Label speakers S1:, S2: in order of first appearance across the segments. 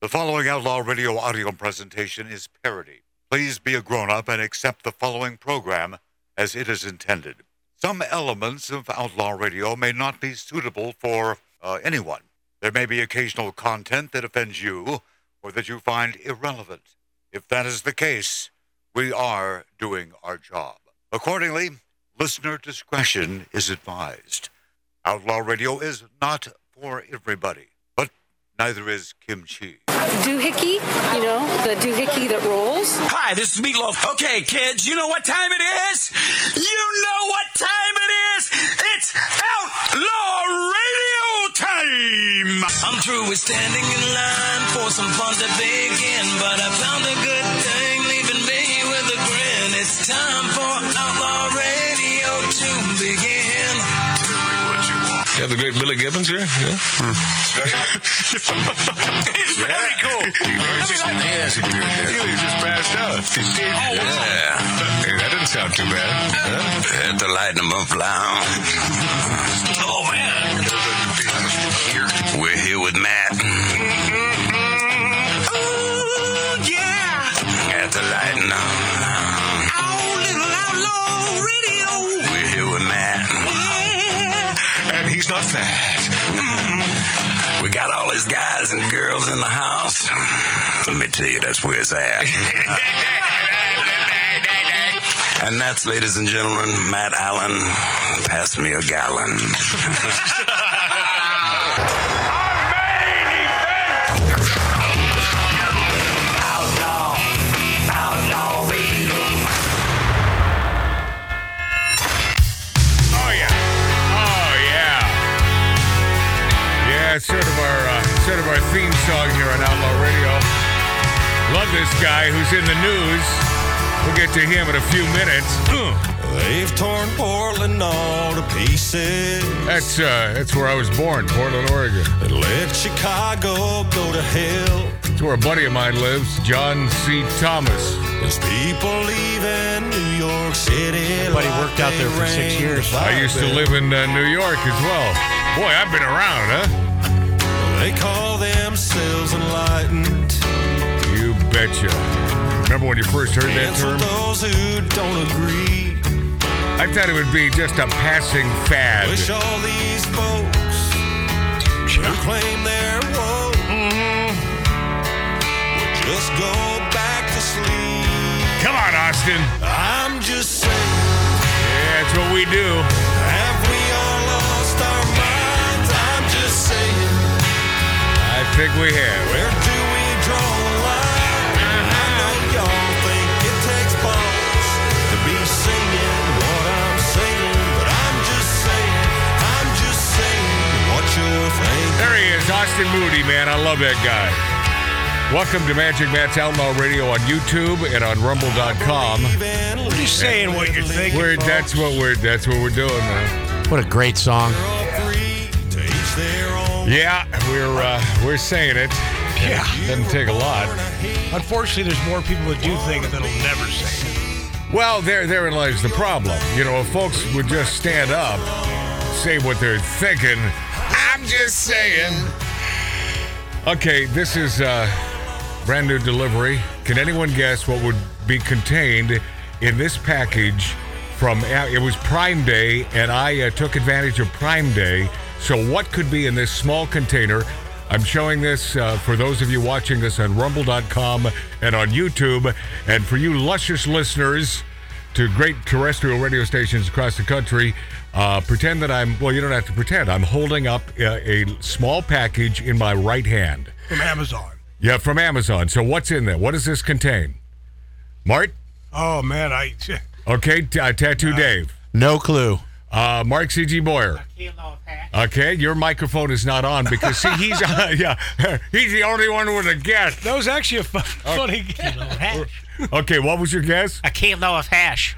S1: The following Outlaw Radio audio presentation is parody. Please be a grown up and accept the following program as it is intended. Some elements of Outlaw Radio may not be suitable for uh, anyone. There may be occasional content that offends you or that you find irrelevant. If that is the case, we are doing our job. Accordingly, listener discretion is advised. Outlaw Radio is not for everybody, but neither is kimchi.
S2: doohickey, you know, the doohickey that rolls.
S3: Hi, this is Meatloaf. Okay, kids, you know what time it is? You know what time it is? It's Outlaw Radio time! I'm through with standing in line for some fun to begin, but I found a good thing leaving me with a grin. It's time for Outlaw Radio to begin.
S4: You have the great Billy Gibbons here? Yeah.
S3: It's very cool.
S4: He just passed out. Oh, yeah. Hey, that didn't sound too bad.
S3: Had to lighten them up loud. Oh man. We're here with Matt. Oh yeah. Had to lighten up. Oh, little outlaw radio. We're here with Matt.
S4: And he's not fat.
S3: Mm-hmm. We got all his guys and girls in the house. Let me tell you, that's where it's at. and that's, ladies and gentlemen, Matt Allen. Pass me a gallon.
S4: Oh, yeah. Oh, yeah. Yeah, it's sort of our, uh, sort of our theme song here on Outlaw Radio. Love this guy who's in the news. We'll get to him in a few minutes.
S5: They've torn Portland all to pieces
S4: That's, uh, that's where I was born, Portland, Oregon.
S5: and let Chicago go to hell.
S4: That's where a buddy of mine lives, John C. Thomas.
S5: There's people leaving New York City.
S6: buddy
S5: like
S6: worked out there
S5: they
S6: for six
S5: rained
S6: years.
S5: a
S4: I used to
S5: fire.
S4: live in uh, New York as well. Boy, I've been around, huh?
S5: They call themselves enlightened.
S4: You betcha. Remember when you first heard
S5: And
S4: that
S5: for
S4: term?
S5: those who don't agree,
S4: I thought it would be just a passing fad.
S5: wish all these folks who claim they're woke would just go back to sleep.
S4: Come on, Austin.
S5: I'm just saying.
S4: Yeah, that's what we do.
S5: Have we all lost our minds? I'm just saying.
S4: I think we have.
S5: Where do we draw the line? I know y'all think it takes balls to be singing what I'm saying, but I'm just saying, I'm just saying what you're thinking.
S4: There he is, Austin Moody, man. I love that guy. Welcome to Magic Matt's Outlaw Radio on YouTube and on Rumble.com.
S5: What are you
S6: saying what you're thinking,
S4: We're, that's what we're that's what we're doing, man.
S6: What a great song.
S4: Yeah, we're uh, we're saying it. Yeah, doesn't take a lot.
S7: Unfortunately, there's more people that do think it that'll never say it.
S4: Well, there therein lies the problem. You know, if folks would just stand up, say what they're thinking. I'm just saying. Okay, this is uh, brand new delivery. Can anyone guess what would be contained in this package? From uh, it was Prime Day, and I uh, took advantage of Prime Day. So, what could be in this small container? I'm showing this uh, for those of you watching this on Rumble.com and on YouTube, and for you luscious listeners to great terrestrial radio stations across the country. Uh, pretend that I'm, well, you don't have to pretend. I'm holding up uh, a small package in my right hand.
S7: From Amazon.
S4: Yeah, from Amazon. So what's in there? What does this contain? Mart?
S7: Oh man, I
S4: Okay, t- uh, Tattoo Dave.
S6: No clue.
S4: Uh, Mark C.G. Boyer. Okay, your microphone is not on because see he's uh, yeah he's the only one with a guess.
S7: that was actually a fun,
S4: Oh.
S7: funny.
S4: Okay, what was your guess?
S8: I can't know if hash.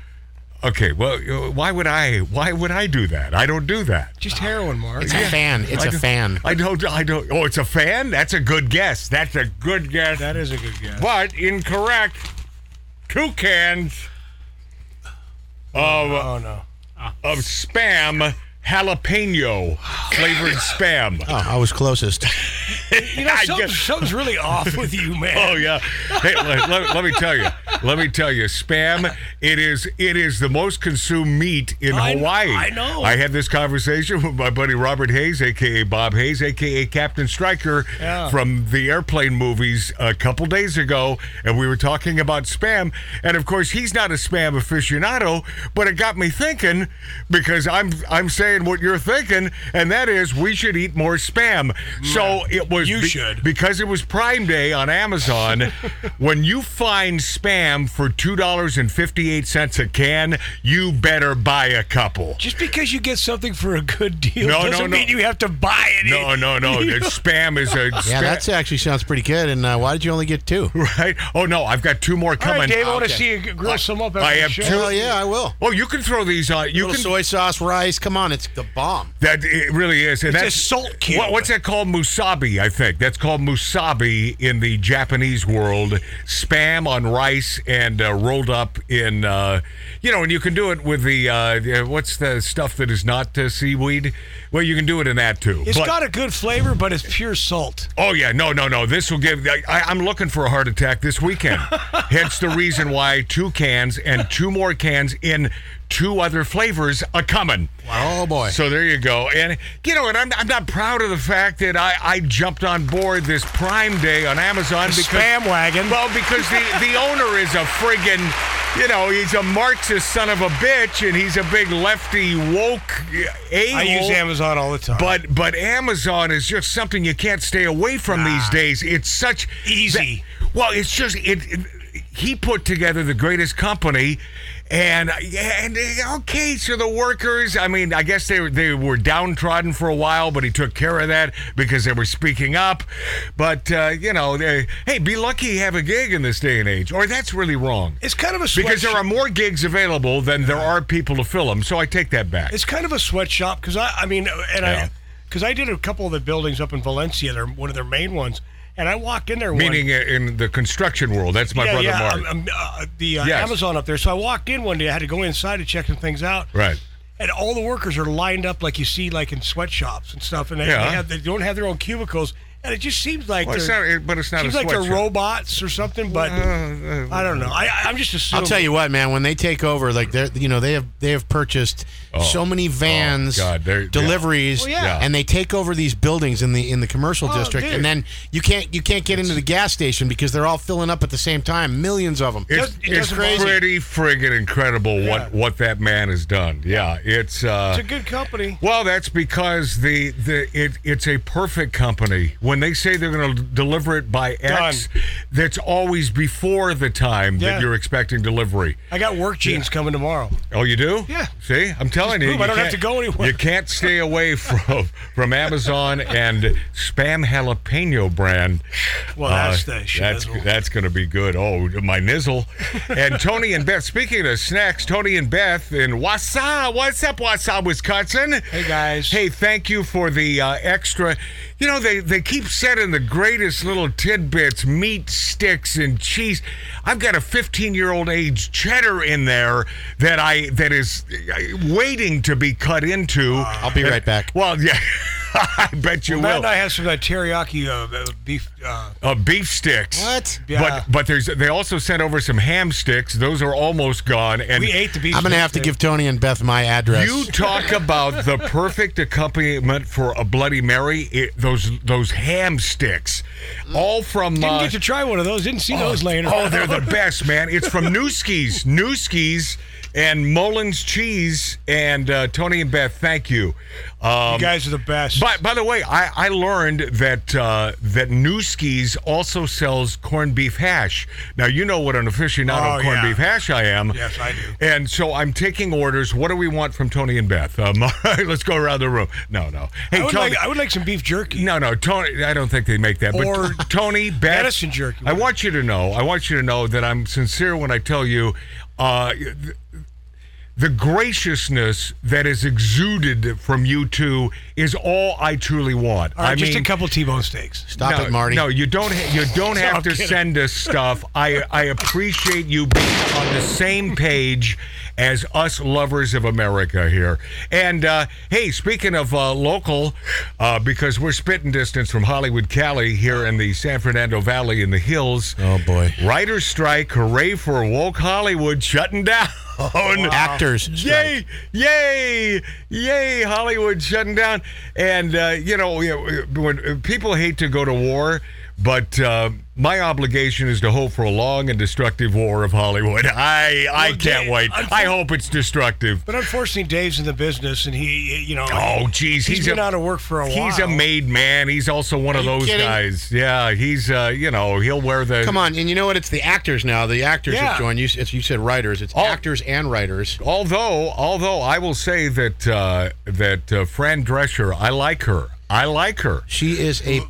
S4: Okay, well uh, why would I why would I do that? I don't do that.
S7: Just heroin, Mark.
S6: It's a fan. It's a fan.
S4: I don't. I don't. Oh, it's a fan. That's a good guess. That's a good guess.
S7: That is a good guess.
S4: but incorrect. Two cans of
S7: Oh no.
S4: of spam jalapeno flavored spam.
S6: Oh, I was closest.
S7: You know,
S4: I
S7: something,
S4: guess-
S7: something's really off with you, man.
S4: Oh yeah. Hey, let, let- let me tell you. Let me tell you. Spam. It is. It is the most consumed meat in
S7: I kn-
S4: Hawaii.
S7: I know.
S4: I had this conversation with my buddy Robert Hayes, aka Bob Hayes, aka Captain Stryker,
S7: Yeah.
S4: from the airplane movies a couple days ago, and we were talking about spam. And of course, he's not a spam aficionado, but it got me thinking because I'm I'm saying what you're thinking, and that is we should eat more spam. So it was
S7: You should.
S4: because it was Prime Day on Amazon, when you find spam for $2.58 a can, you better buy a couple.
S7: Just because you get something for a good deal
S4: No, no,
S7: doesn't
S4: no.
S7: mean you have to buy it.
S4: No, no, no. that spam is a
S6: Yeah,
S4: spa-
S6: that actually sounds pretty good. And uh, why did you only get two?
S4: right. Oh no, I've got two more
S7: All
S4: coming.
S7: right, Dave, I want to
S6: Okay.
S7: see you grow some up.
S4: I
S7: after the
S4: have
S7: show.
S4: two-
S6: Oh yeah, I will.
S4: Oh, you can throw these on. You
S6: Little
S4: can.
S6: soy sauce, rice. Come on, it's the bomb.
S4: That it really is, and
S7: It's a
S4: that's
S7: salt cube.
S4: What, what's that called? Musabi, I think. That's called musabi in the Japanese world. Spam on rice and uh, rolled up in, uh, you know, and you can do it with the uh, the- what's the stuff that is not uh, seaweed. Well, you can do it in that too.
S7: It's
S4: But-
S7: got a good flavor, but it's pure salt.
S4: Oh yeah, no, no, no. This will give. I, I- I'm looking for a heart attack this weekend. Hence the reason why two cans and two more cans in two other flavors are coming.
S6: Oh boy.
S4: So there you go. And you know, and I'm, I'm not proud of the fact that I, I jumped on board this Prime Day on Amazon because
S7: Spam wagon.
S4: well because the the owner is a friggin' you know he's a Marxist son of a bitch and he's a big lefty woke a
S7: I use Amazon all the time.
S4: but but Amazon is just something you can't stay away from these days. It's such
S7: Easy.
S4: that- well, it's just it, it- He put together the greatest company, and and okay, so the workers. I mean, I guess they were- they were downtrodden for a while, but he took care of that because they were speaking up. But uh, you know, they, hey, be lucky you have a gig in this day and age, or that's really wrong.
S7: it's kind of a
S4: because there
S7: sweatshop-
S4: are more gigs available than there are people to fill them, so I take that back.
S7: It's kind of a sweatshop because I, I mean, and
S4: Yeah.
S7: I, because I did a couple of the buildings up in Valencia. They're one of their main ones, and I walked in there.
S4: Meaning
S7: one,
S4: uh, in the construction world. That's my
S7: yeah,
S4: brother
S7: yeah,
S4: Mark.
S7: um, um, uh, the uh,
S4: Yes.
S7: Amazon up there. So I walked in one day. I had to go inside to check some things out.
S4: right.
S7: And all the workers are lined up like you see, like in sweatshops and stuff, and they,
S4: Yeah.
S7: they, have, they don't have their own cubicles. And it just seems like
S4: Well, it's
S7: they're,
S4: not- it- but it's not a
S7: seems like they're
S4: sweatshop. Uh,
S7: robots or something. But I don't know. I, I'm just assuming.
S6: I'll tell you what, man. When they take over, like they're you know they have they have purchased so many vans,
S4: Oh, God, they're- yeah.
S6: deliveries,
S7: Well, yeah.
S6: and they take over these buildings in the in the commercial
S7: Oh,
S6: district,
S7: dude.
S6: and then you can't you can't get into the gas station because they're all filling up at the same time, millions of them.
S4: It's,
S7: it
S4: it's
S7: doesn't bother-
S4: pretty friggin' incredible
S7: Yeah.
S4: what, what that man has done. Yeah, it's. Uh,
S7: it's a good company.
S4: well, that's because the the it, it's a perfect company. When they say they're going to deliver it by X, that's always before the time
S7: Yeah.
S4: that you're expecting delivery.
S7: I got work jeans coming tomorrow.
S4: Oh, you do?
S7: Yeah.
S4: See, I'm telling you,
S7: prove
S4: you
S7: I don't have
S4: can't-
S7: to go anywhere.
S4: You can't stay away from from Amazon and spam jalapeno brand. Uh,
S7: Well, that's the
S4: that's
S7: shizzle.
S4: that's going to be good. Oh, my nizzle. And Tony and Beth. Speaking of snacks, Tony and Beth in Wausau. What's up, Wausau, Wisconsin?
S7: Hey, guys.
S4: Hey, thank you for the uh, extra. You know, they they keep sending the greatest little tidbits, meat sticks and cheese. I've got a 15 year old age cheddar in there that I that is uh, waiting to be cut into.
S6: I'll be right back.
S4: Well, yeah, I bet you
S7: Matt
S4: will.
S7: and I have some uh, teriyaki uh, uh, beef. Uh,
S4: Uh, beef sticks.
S6: What?
S7: Yeah.
S4: But but there's they also sent over some ham sticks. Those are almost gone. And
S7: we ate the beef. uh,
S6: I'm gonna
S7: steak
S6: have to
S7: today.
S6: give Tony and Beth my address.
S4: You talk about the perfect accompaniment for a Bloody Mary. It, those those ham sticks, all from.
S7: Didn't
S4: uh,
S7: get to try one of those. Didn't see those laying around.
S4: Oh, they're the best, man. It's from Newski's, Newski's, and Mullins Cheese. And uh, Tony and Beth, thank you. Um,
S7: You guys are the best.
S4: by, by the way, I, I learned that uh, that Newski's also sells corned beef hash. Now you know what an aficionado
S7: Oh,
S4: of corned
S7: yeah.
S4: beef hash I am.
S7: Yes, I do.
S4: And so I'm taking orders. What do we want from Tony and Beth? Um, all right, let's go around the room. No, no. Hey,
S7: I would,
S4: Tony.
S7: like, I would like some beef jerky.
S4: no, no, Tony. I don't think they make that.
S7: Or
S4: but Tony, Beth,
S7: medicine jerky.
S4: I want you to know. I want you to know that I'm sincere when I tell you. Uh, th- the graciousness that is exuded from you two is all I truly want.
S7: All right,
S4: I
S7: just
S4: mean,
S7: a couple T-bone steaks.
S6: Stop
S4: no,
S6: it, Marty.
S4: No, you don't. Ha- you don't
S7: No, I'm
S4: have to
S7: kidding.
S4: send us stuff. I I appreciate you being on the same page as us lovers of America here. And uh, hey, speaking of uh, local, uh, because we're spitting distance from Hollywood, Cali, here in the San Fernando Valley in the hills.
S6: Oh, boy.
S4: Writer's strike! Hooray for woke Hollywood shutting down.
S6: Actors.
S4: Yay! Yay! Yay! Hollywood shutting down, and uh, you know, you know, when uh, people hate to go to war, but uh, my obligation is to hope for a long and destructive war of Hollywood. I I
S7: Well,
S4: can't
S7: Dave,
S4: wait.
S7: unfor-
S4: I hope it's destructive.
S7: But unfortunately, Dave's in the business, and he, you know,
S4: Oh, geez,
S7: he's
S4: he's
S7: been
S4: a-
S7: out of work for a while.
S4: He's a made man. He's also one of
S6: you
S4: those
S6: kidding?
S4: guys. Yeah, he's uh, you know he'll wear the
S6: Come on, and you know what? It's the actors now. The actors
S7: Yeah.
S6: have joined. You, s- it's, you said writers. It's
S4: Oh.
S6: actors and writers.
S4: Although, although I will say that uh, that uh, Fran Drescher, I like her. I like her.
S6: She is a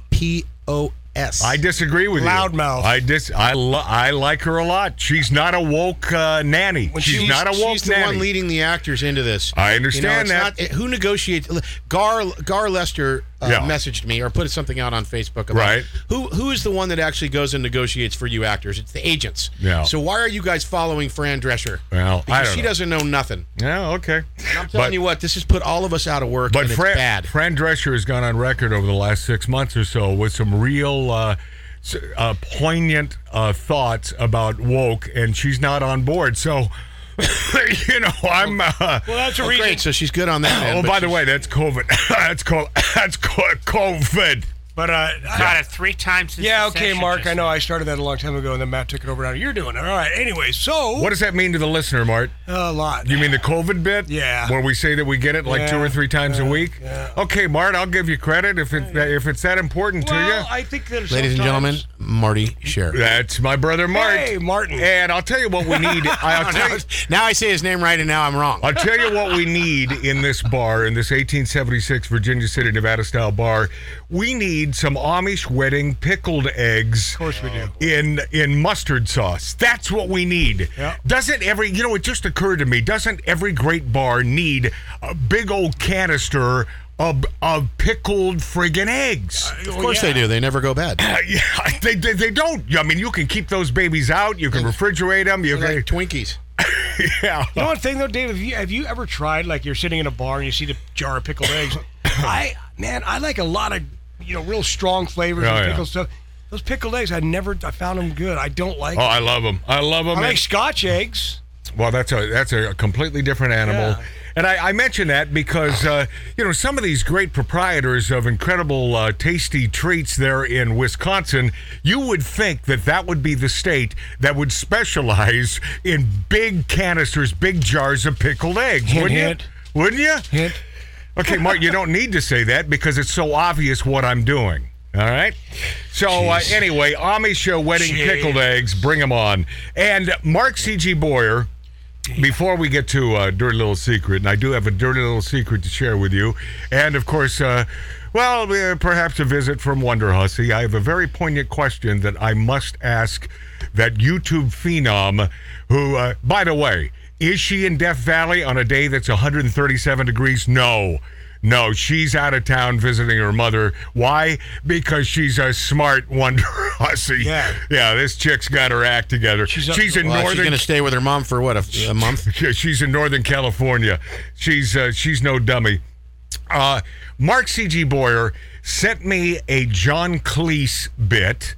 S6: POS.
S4: I disagree with you.
S7: Loudmouth.
S4: I dis. I lo- I like her a lot. She's not a woke uh, nanny. she's, not a woke
S6: She's the
S4: nanny.
S6: one leading the actors into this.
S4: I understand
S6: you know,
S4: that.
S6: it's Not, it- who negotiates? Gar Gar Lester uh,
S4: Yeah.
S6: messaged me or put something out on Facebook. About
S4: Right.
S6: Who who is the one that actually goes and negotiates for you actors? It's the agents.
S4: Yeah.
S6: So why are you guys following Fran Drescher?
S4: Well, I
S6: because
S4: don't
S6: she
S4: know.
S6: doesn't know nothing.
S4: yeah. Okay.
S6: I'm telling
S4: but,
S6: you what, this has put all of us out of work.
S4: But
S6: and
S4: Fran,
S6: it's bad.
S4: Fran Drescher has gone on record over the last six months or so with some real uh, s- uh, poignant uh, thoughts about woke, and she's not on board. So, you know, I'm. Uh,
S7: Well, that's a
S6: Oh,
S7: reason.
S6: great. So she's good on that. end,
S4: oh,
S6: but
S4: by the
S6: she's-
S4: way, that's COVID. that's co- that's co- COVID.
S7: But uh, I-
S8: Got it three times. Since
S7: yeah,
S8: the
S7: okay,
S8: session
S7: Mark.
S8: just
S7: I know I started that a long time ago, and then Matt took it over. Now you're doing it. All right. Anyway, so
S4: What does that mean to the listener, Mart?
S7: a lot.
S4: You mean the COVID bit?
S7: Yeah.
S4: Where we say that we get it like two
S7: Yeah,
S4: or three times a week? Okay, Mart, I'll give you credit if it if it's that important
S7: well,
S4: to
S7: I think that
S6: Ladies and gentlemen,
S7: sometimes-
S6: Marty Sher.
S4: you. That's my brother Mart.
S7: Hey, Martin.
S4: And I'll tell you what we need. I'll tell you,
S6: Now I say his name right, and now I'm wrong.
S4: I'll tell you what we need in this bar, in this 1876 Virginia City, Nevada style bar. We need some Amish wedding pickled eggs. Of
S7: course we do.
S4: In in mustard sauce. That's what we need.
S7: Yeah.
S4: Doesn't every you know? It just occurred to me. Doesn't every great bar need a big old canister? Of, of pickled friggin' eggs.
S6: Of
S9: Oh,
S6: course they do. They never go bad.
S4: Uh, yeah, they, they, they don't. I mean, you can keep those babies out. You can refrigerate them. You
S6: They're
S4: can,
S6: like Twinkies.
S4: yeah.
S7: You know one thing though, Dave. Have you have you ever tried like you're sitting in a bar and you see the jar of pickled eggs? I man, I like a lot of you know real strong flavors
S4: Oh,
S7: and
S4: yeah.
S7: pickled stuff. Those pickled eggs, I never I found them good. I don't like.
S4: Oh, I love them. I love them.
S7: I like Scotch eggs.
S4: Well, that's a that's a completely different animal.
S7: Yeah.
S4: And I, I mention that because uh, you know some of these great proprietors of incredible uh, tasty treats there in Wisconsin. You would think that that would be the state that would specialize in big canisters, big jars of pickled eggs,
S7: Hint,
S4: wouldn't
S7: hint.
S4: you? Wouldn't you?
S7: Hint.
S4: Okay, Mark, you don't need to say that because it's so obvious what I'm doing. All right. So uh, anyway, Amish uh, wedding pickled eggs. Bring them on. And Mark C.G. Boyer. Before we get to uh, dirty little secret, and I do have a dirty little secret to share with you, and of course, uh, well, uh, perhaps a visit from Wonder Hussy. I have a very poignant question that I must ask that YouTube phenom, who, uh, by the way, is she in Death Valley on a day that's 137 degrees? No. No, she's out of town visiting her mother. Why? Because she's a smart wonder hussy.
S7: Yeah.
S4: yeah. This chick's got her act together. She's,
S7: up-
S4: in
S6: Well, Uh, she's
S4: northern
S6: going to stay with her mom for what a, a month.
S4: yeah, she's in Northern California. She's uh, she's no dummy. Uh, Mark C.G. Boyer sent me a John Cleese bit,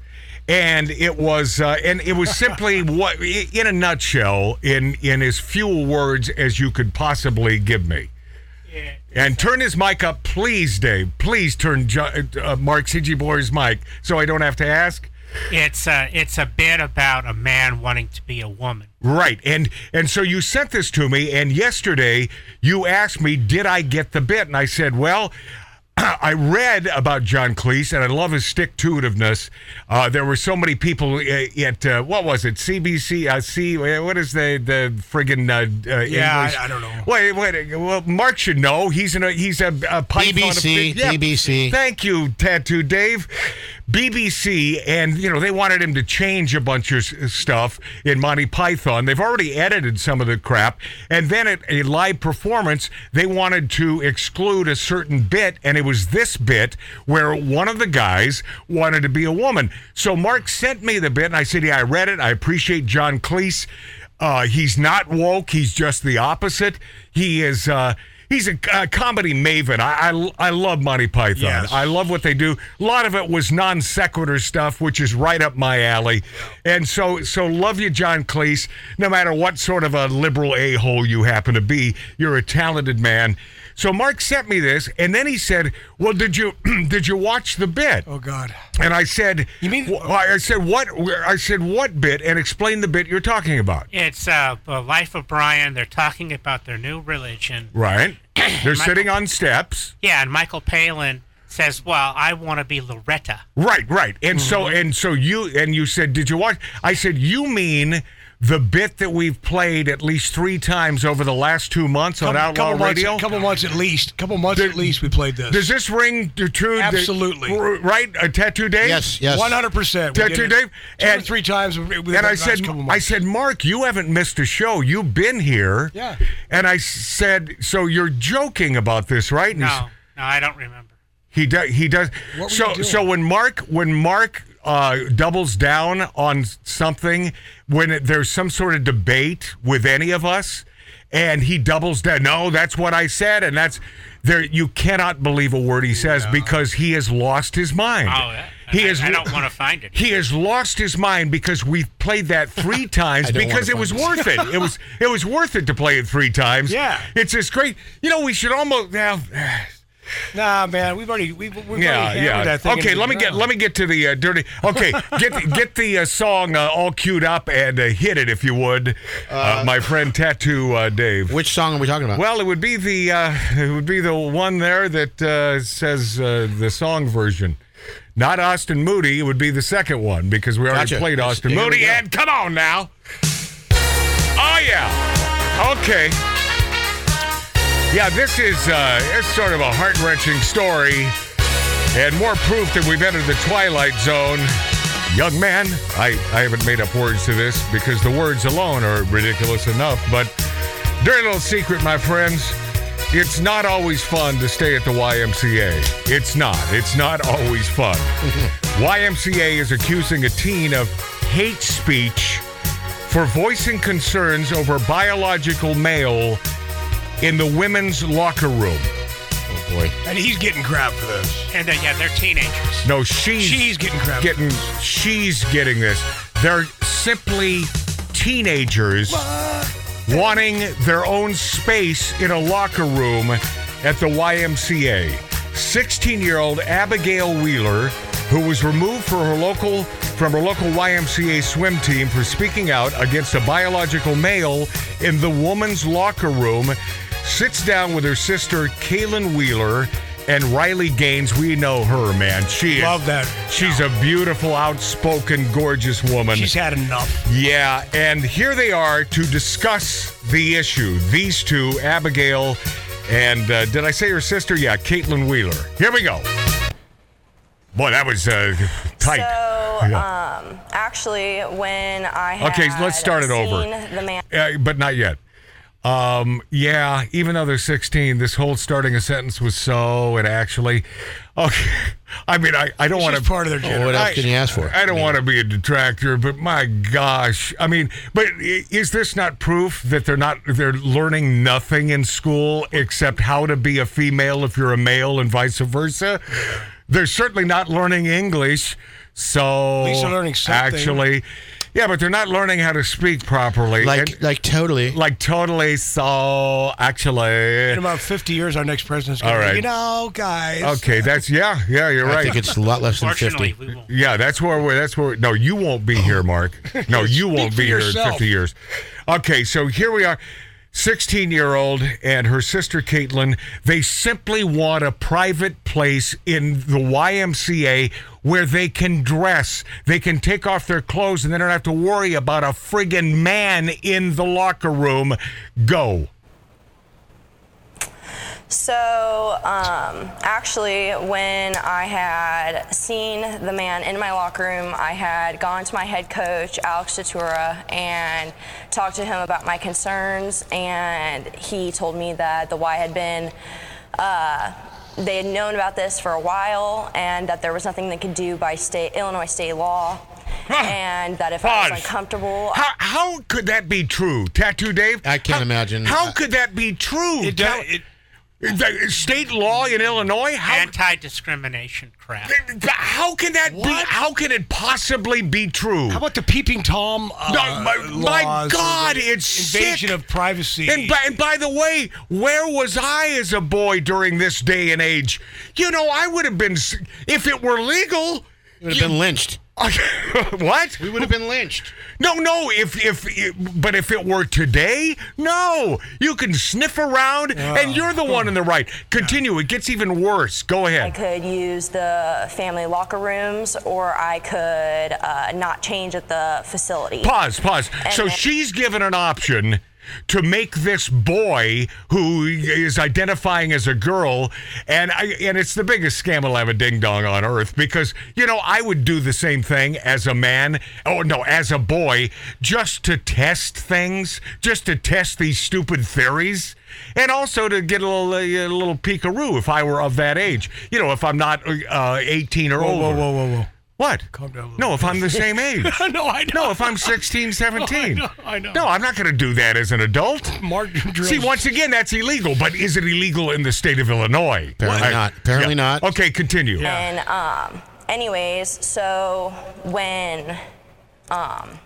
S4: and it was uh, and it was simply what, i- in a nutshell, in in as few words as you could possibly give me. And turn his mic up, please, Dave. Please turn Jo- uh, Mark C.G. Boyer's mic so I don't have to ask.
S8: It's a it's a bit about a man wanting to be a woman.
S4: Right. And and so you sent this to me and yesterday you asked me did I get the bit and I said, "Well, I read about John Cleese and I love his stick-to-itiveness. Uh, there were so many people uh, at uh, what was it? CBC, uh, C uh, what is the the friggin' uh, uh,
S7: Yeah, I-
S4: English?
S7: I don't know.
S4: Wait, wait. uh, Well, Mark should know. He's in a he's a, a python.
S6: BBC, BBC.
S4: Thank you, Tattoo Dave. BBC, and you know they wanted him to change a bunch of s- uh, stuff in Monty Python. They've already edited some of the crap, and then at a live performance, they wanted to exclude a certain bit, and it was this bit where one of the guys wanted to be a woman. So Mark sent me the bit, and I said, "Yeah, I read it. I appreciate John Cleese." Uh, he's not woke. He's just the opposite. He is. Uh, he's a, a comedy maven. I, I I love Monty Python.
S7: Yes.
S4: I love what they do. A lot of it was non sequitur stuff, which is right up my alley. And so so love you, John Cleese. No matter what sort of a liberal a hole you happen to be, you're a talented man. So Mark sent me this, and then he said, "Well, did you did you watch the bit?"
S7: Oh God.
S4: And I said,
S7: You mean-
S4: Well, I said what? I said what bit? And explain the bit you're talking about.
S8: It's uh, the Life of Brian. They're talking about their new religion.
S4: Right? They're
S8: Michael-
S4: sitting on steps.
S8: Yeah, and Michael Palin says, "Well, I want to be Loretta."
S4: Right, right. And so
S7: Mm-hmm.
S4: and so you and you said, did you watch? I said, you mean the bit that we've played at least three times over the last two months on Outlaw
S7: couple months,
S4: Radio.
S7: couple months at least. Couple months at least. We played this.
S4: Does this ring to true? that-
S7: Absolutely.
S4: r- right, a tattoo Dave.
S6: Yes, yes.
S7: One hundred percent.
S4: Tattoo Dave?
S7: Two or
S4: And-
S7: three times. within the
S4: And I
S7: last
S4: said,
S7: couple
S4: I
S7: months.
S4: said, Mark, you haven't missed a show. You've been here.
S7: Yeah.
S4: And I said, so you're joking about this, right? And he s-
S8: No, no, I don't remember.
S4: He does. He does.
S7: What were
S4: So
S7: you doing?
S4: so when Mark when Mark uh, doubles down on something when it, there's some sort of debate with any of us, and he doubles down. No, that's what I said, and that's there. You cannot believe a word he says because he has lost his mind.
S8: Oh, yeah.
S4: He
S8: I-
S4: is.
S8: I don't wanna find it.
S4: He has lost his mind because we played that three times
S6: I don't
S4: because it
S6: wanna find
S4: was
S6: this.
S4: worth it. It was. It was worth it to play it three times.
S7: Yeah.
S4: It's just great. You know, we should almost now.
S7: Nah, man, we've already we've, we've
S4: Yeah,
S7: already hammered
S4: yeah.
S7: that thing.
S4: okay, let me get let me get to the uh, dirty. Okay, get the- get the uh, song uh, all queued up and uh, hit it if you would, uh, my friend Tattoo uh, Dave.
S6: Which song are we talking about?
S4: Well, it would be the uh, it would be the one there that uh, says uh, the song version, not Austin Moody. It would be the second one because we already
S6: Gotcha.
S4: played
S6: That's-
S4: Austin
S6: here we
S4: Moody.
S6: go.
S4: And come on now. Oh yeah. Okay. Yeah, this is uh, it's sort of a heart wrenching story, and more proof that we've entered the twilight zone. Young man, I, I haven't made up words to this because the words alone are ridiculous enough, but dirty little secret, my friends. It's not always fun to stay at the YMCA. It's not. It's not always fun. YMCA is accusing a teen of hate speech for voicing concerns over biological male in the women's locker room.
S6: oh boy.
S7: And he's getting crap for this.
S8: And uh, yeah, they're teenagers.
S4: No, she's,
S7: She's getting crap.
S4: getting she's getting this. They're simply teenagers wanting their own space in a locker room at the YMCA. 16-year-old Abigail Wheeler, who was removed for her local from her local YMCA swim team for speaking out against a biological male in the woman's locker room, sits down with her sister Kaylin Wheeler and Riley Gaines. We know her, man. She is-
S7: Love that.
S4: She's a beautiful, outspoken, gorgeous woman.
S7: She's had enough.
S4: Yeah, and here they are to discuss the issue. These two, Abigail and uh, did I say her sister? Yeah, Caitlin Wheeler. Here we go. Boy, that was uh, tight.
S9: So,
S4: Yeah.
S9: um, actually, when I had
S4: Okay, let's start it over.
S9: seen The man
S4: Uh, but not yet. Um, yeah, even though they're 16, this whole starting a sentence was so and actually. Okay. I mean, I, I don't Oh,
S7: She's
S4: want to.
S7: part of their generation.
S6: what else
S4: I-
S6: can you ask for?
S4: I don't want to be a detractor, but my gosh, I mean, but i- is this not proof that they're not they're learning nothing in school except how to be a female if you're a male and vice versa? They're certainly not learning English, so
S7: least they're learning something.
S4: Actually, yeah, but they're not learning how to speak properly.
S6: Like
S4: And-
S6: like totally.
S4: like totally. So actually,
S7: In about 50 years, our next president's going
S4: All
S7: to
S4: right.
S7: be, you know, guys.
S4: okay, that's yeah, yeah, you're
S6: I
S4: right.
S6: think it's a lot less than
S8: Fortunately,
S6: fifty.
S8: we won't.
S4: Yeah, that's where we're. That's where. No, you won't be here, Mark. No, you won't
S7: for
S4: be here in
S7: yourself.
S4: 50 years. Okay, so here we are. 16 year old and her sister Caitlin, they simply want a private place in the YMCA where they can dress. They can take off their clothes and they don't have to worry about a friggin' man in the locker room. Go.
S9: So, um, actually, when I had seen the man in my locker room, I had gone to my head coach, Alex Datura, and talked to him about my concerns. And he told me that the Y had been, uh, they had known about this for a while and that there was nothing they could do by state, Illinois state law. and that if I
S4: Pause.
S9: was uncomfortable,
S4: How, how could that be true, Tattoo Dave?
S6: I can't
S4: How-
S6: imagine.
S4: How
S6: I-
S4: could that be true?
S7: It
S4: Cal-
S7: does- it-
S4: Is that- is state law in Illinois? How,
S8: Anti-discrimination crap.
S4: how can that be?
S7: What?
S4: How can it possibly be true?
S7: How about the peeping tom? Uh,
S4: No, my- my
S7: laws,
S4: God,
S7: the
S4: it's
S7: invasion
S4: sick.
S7: of privacy.
S4: And by, and by the way, where was I as a boy during this day and age? You know, I would have been s- if it were legal.
S6: We would have been lynched.
S4: what?
S6: We would have been lynched.
S4: No, no. If if but if it were today, no. You can sniff around, and you're the one in the right. Continue. It gets even worse. Go
S9: I
S4: ahead.
S9: could use the family locker rooms, or I could uh, not change at the facility.
S4: Pause. Pause. So she's given an option to make this boy who is identifying as a girl, and I, and it's the biggest scam ding dong on earth because you know I would do the same thing as a man. Oh no, as a boy, just to test things, just to test these stupid theories. and also to get a little a little peekaroo if I were of that age. You know, if I'm not uh, 18 or
S7: whoa,
S4: older.
S7: whoa, whoa, whoa, whoa.
S4: What?
S7: Calm down a little
S4: no, if I'm the same age.
S7: no, Oh, I know.
S4: No, Oh, if I'm 16, 17.
S7: know, I know.
S4: No, I'm not going to do that as an adult.
S7: Mark drills.
S4: See, once again, that's illegal, but is it illegal in the state of Illinois?
S6: Apparently
S4: I-
S6: not. Apparently
S4: Yeah.
S6: not.
S4: Okay, continue. Uh,
S9: And um, anyways, so when um,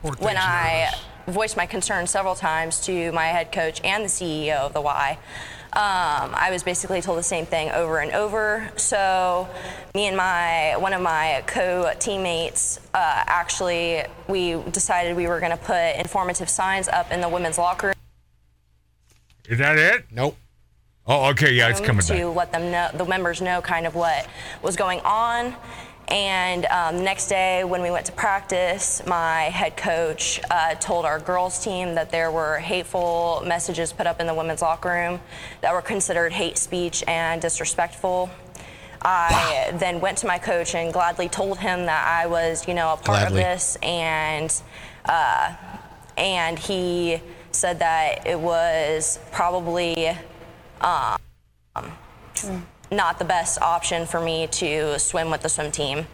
S7: Poor thing's
S9: when I
S7: nervous.
S9: voiced my concern several times to my head coach and the CEO of the Y. Um, I was basically told the same thing over and over. So, me and my one of my co-teammates uh, actually we decided we were going to put informative signs up in the women's locker room
S4: Is that it?
S6: Nope.
S4: Oh, okay. Yeah, it's
S9: room
S4: coming
S9: to
S4: back.
S9: let them know the members know kind of what was going on. And um, next day, when we went to practice, my head coach uh, told our girls' team that there were hateful messages put up in the women's locker room that were considered hate speech and disrespectful. I then went to my coach and gladly told him that I was, you know, a part
S6: Gladly.
S9: of this, and uh, and he said that it was probably um, not the best option for me to swim with the swim team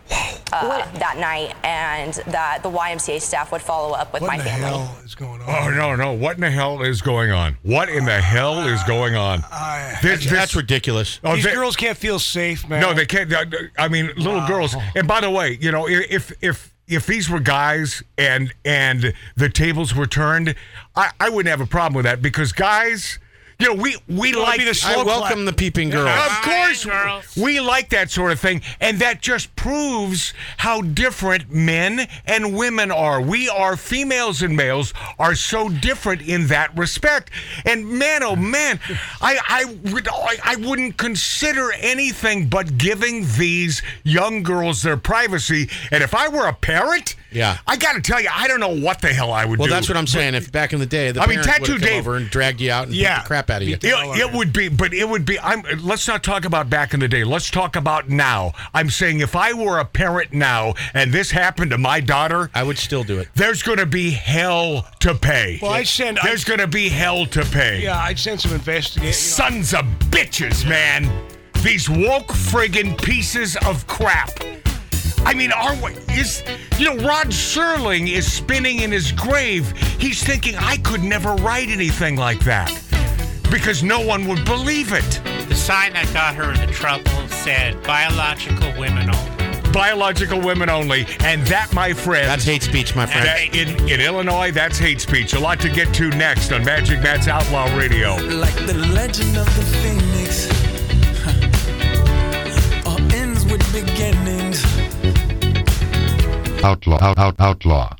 S9: uh, that night, and that the YMCA staff would follow up with
S7: What
S9: my
S7: in the
S9: family.
S7: hell is going on?
S4: Oh no, no! What in the hell is going on? What in the hell is going on?
S7: Uh,
S4: This- this-
S6: That's ridiculous.
S4: oh,
S7: These
S4: thi-
S7: girls can't feel safe, man.
S4: No, they can't. uh, I mean, little girls. And by the way, you know, i- if if if these were guys and and the tables were turned, I, I wouldn't have a problem with that because guys, you know, we we
S7: Well,
S4: like
S7: it'd be the slow
S6: I
S7: Slow clap.
S6: welcome the peeping girl.
S4: Of course,
S8: Fine, girls.
S4: we like that sort of thing, and that just proves how different men and women are. We are females and males are so different in that respect. And man, oh man, I I would I, I wouldn't consider anything but giving these young girls their privacy. And if I were a parent,
S6: Yeah.
S4: I got to tell you, I don't know what the hell I would
S6: Well,
S4: do.
S6: that's what I'm saying. If back in the day, the
S4: I mean,
S6: parents would
S4: Tattoo
S6: have come
S4: Dave-
S6: over and dragged you out and
S4: Yeah.
S6: beat the crap out of you.
S4: It, it would be, but it would be. I'm. Let's not talk about back in the day. Let's talk about now. I'm saying if I were a parent now and this happened to my daughter,
S6: I would still do it.
S4: there's going to be hell to pay.
S7: Well, I send-
S4: There's going to be hell to pay.
S7: Yeah, I'd send some investigators.
S4: Sons of bitches, man. These woke friggin' pieces of crap. I mean, our is you know Rod Serling is spinning in his grave. He's thinking I could never write anything like that because no one would believe it.
S8: The sign that got her into trouble said biological women only.
S4: Biological women only, and that, my friend,
S6: That's hate speech, my friend.
S4: that- in in Illinois, that's hate speech. A lot to get to next on Magic Matt's Outlaw Radio.
S10: like the legend of the phoenix. huh. All ends with beginnings.
S11: Outlaw, out, out, outlaw.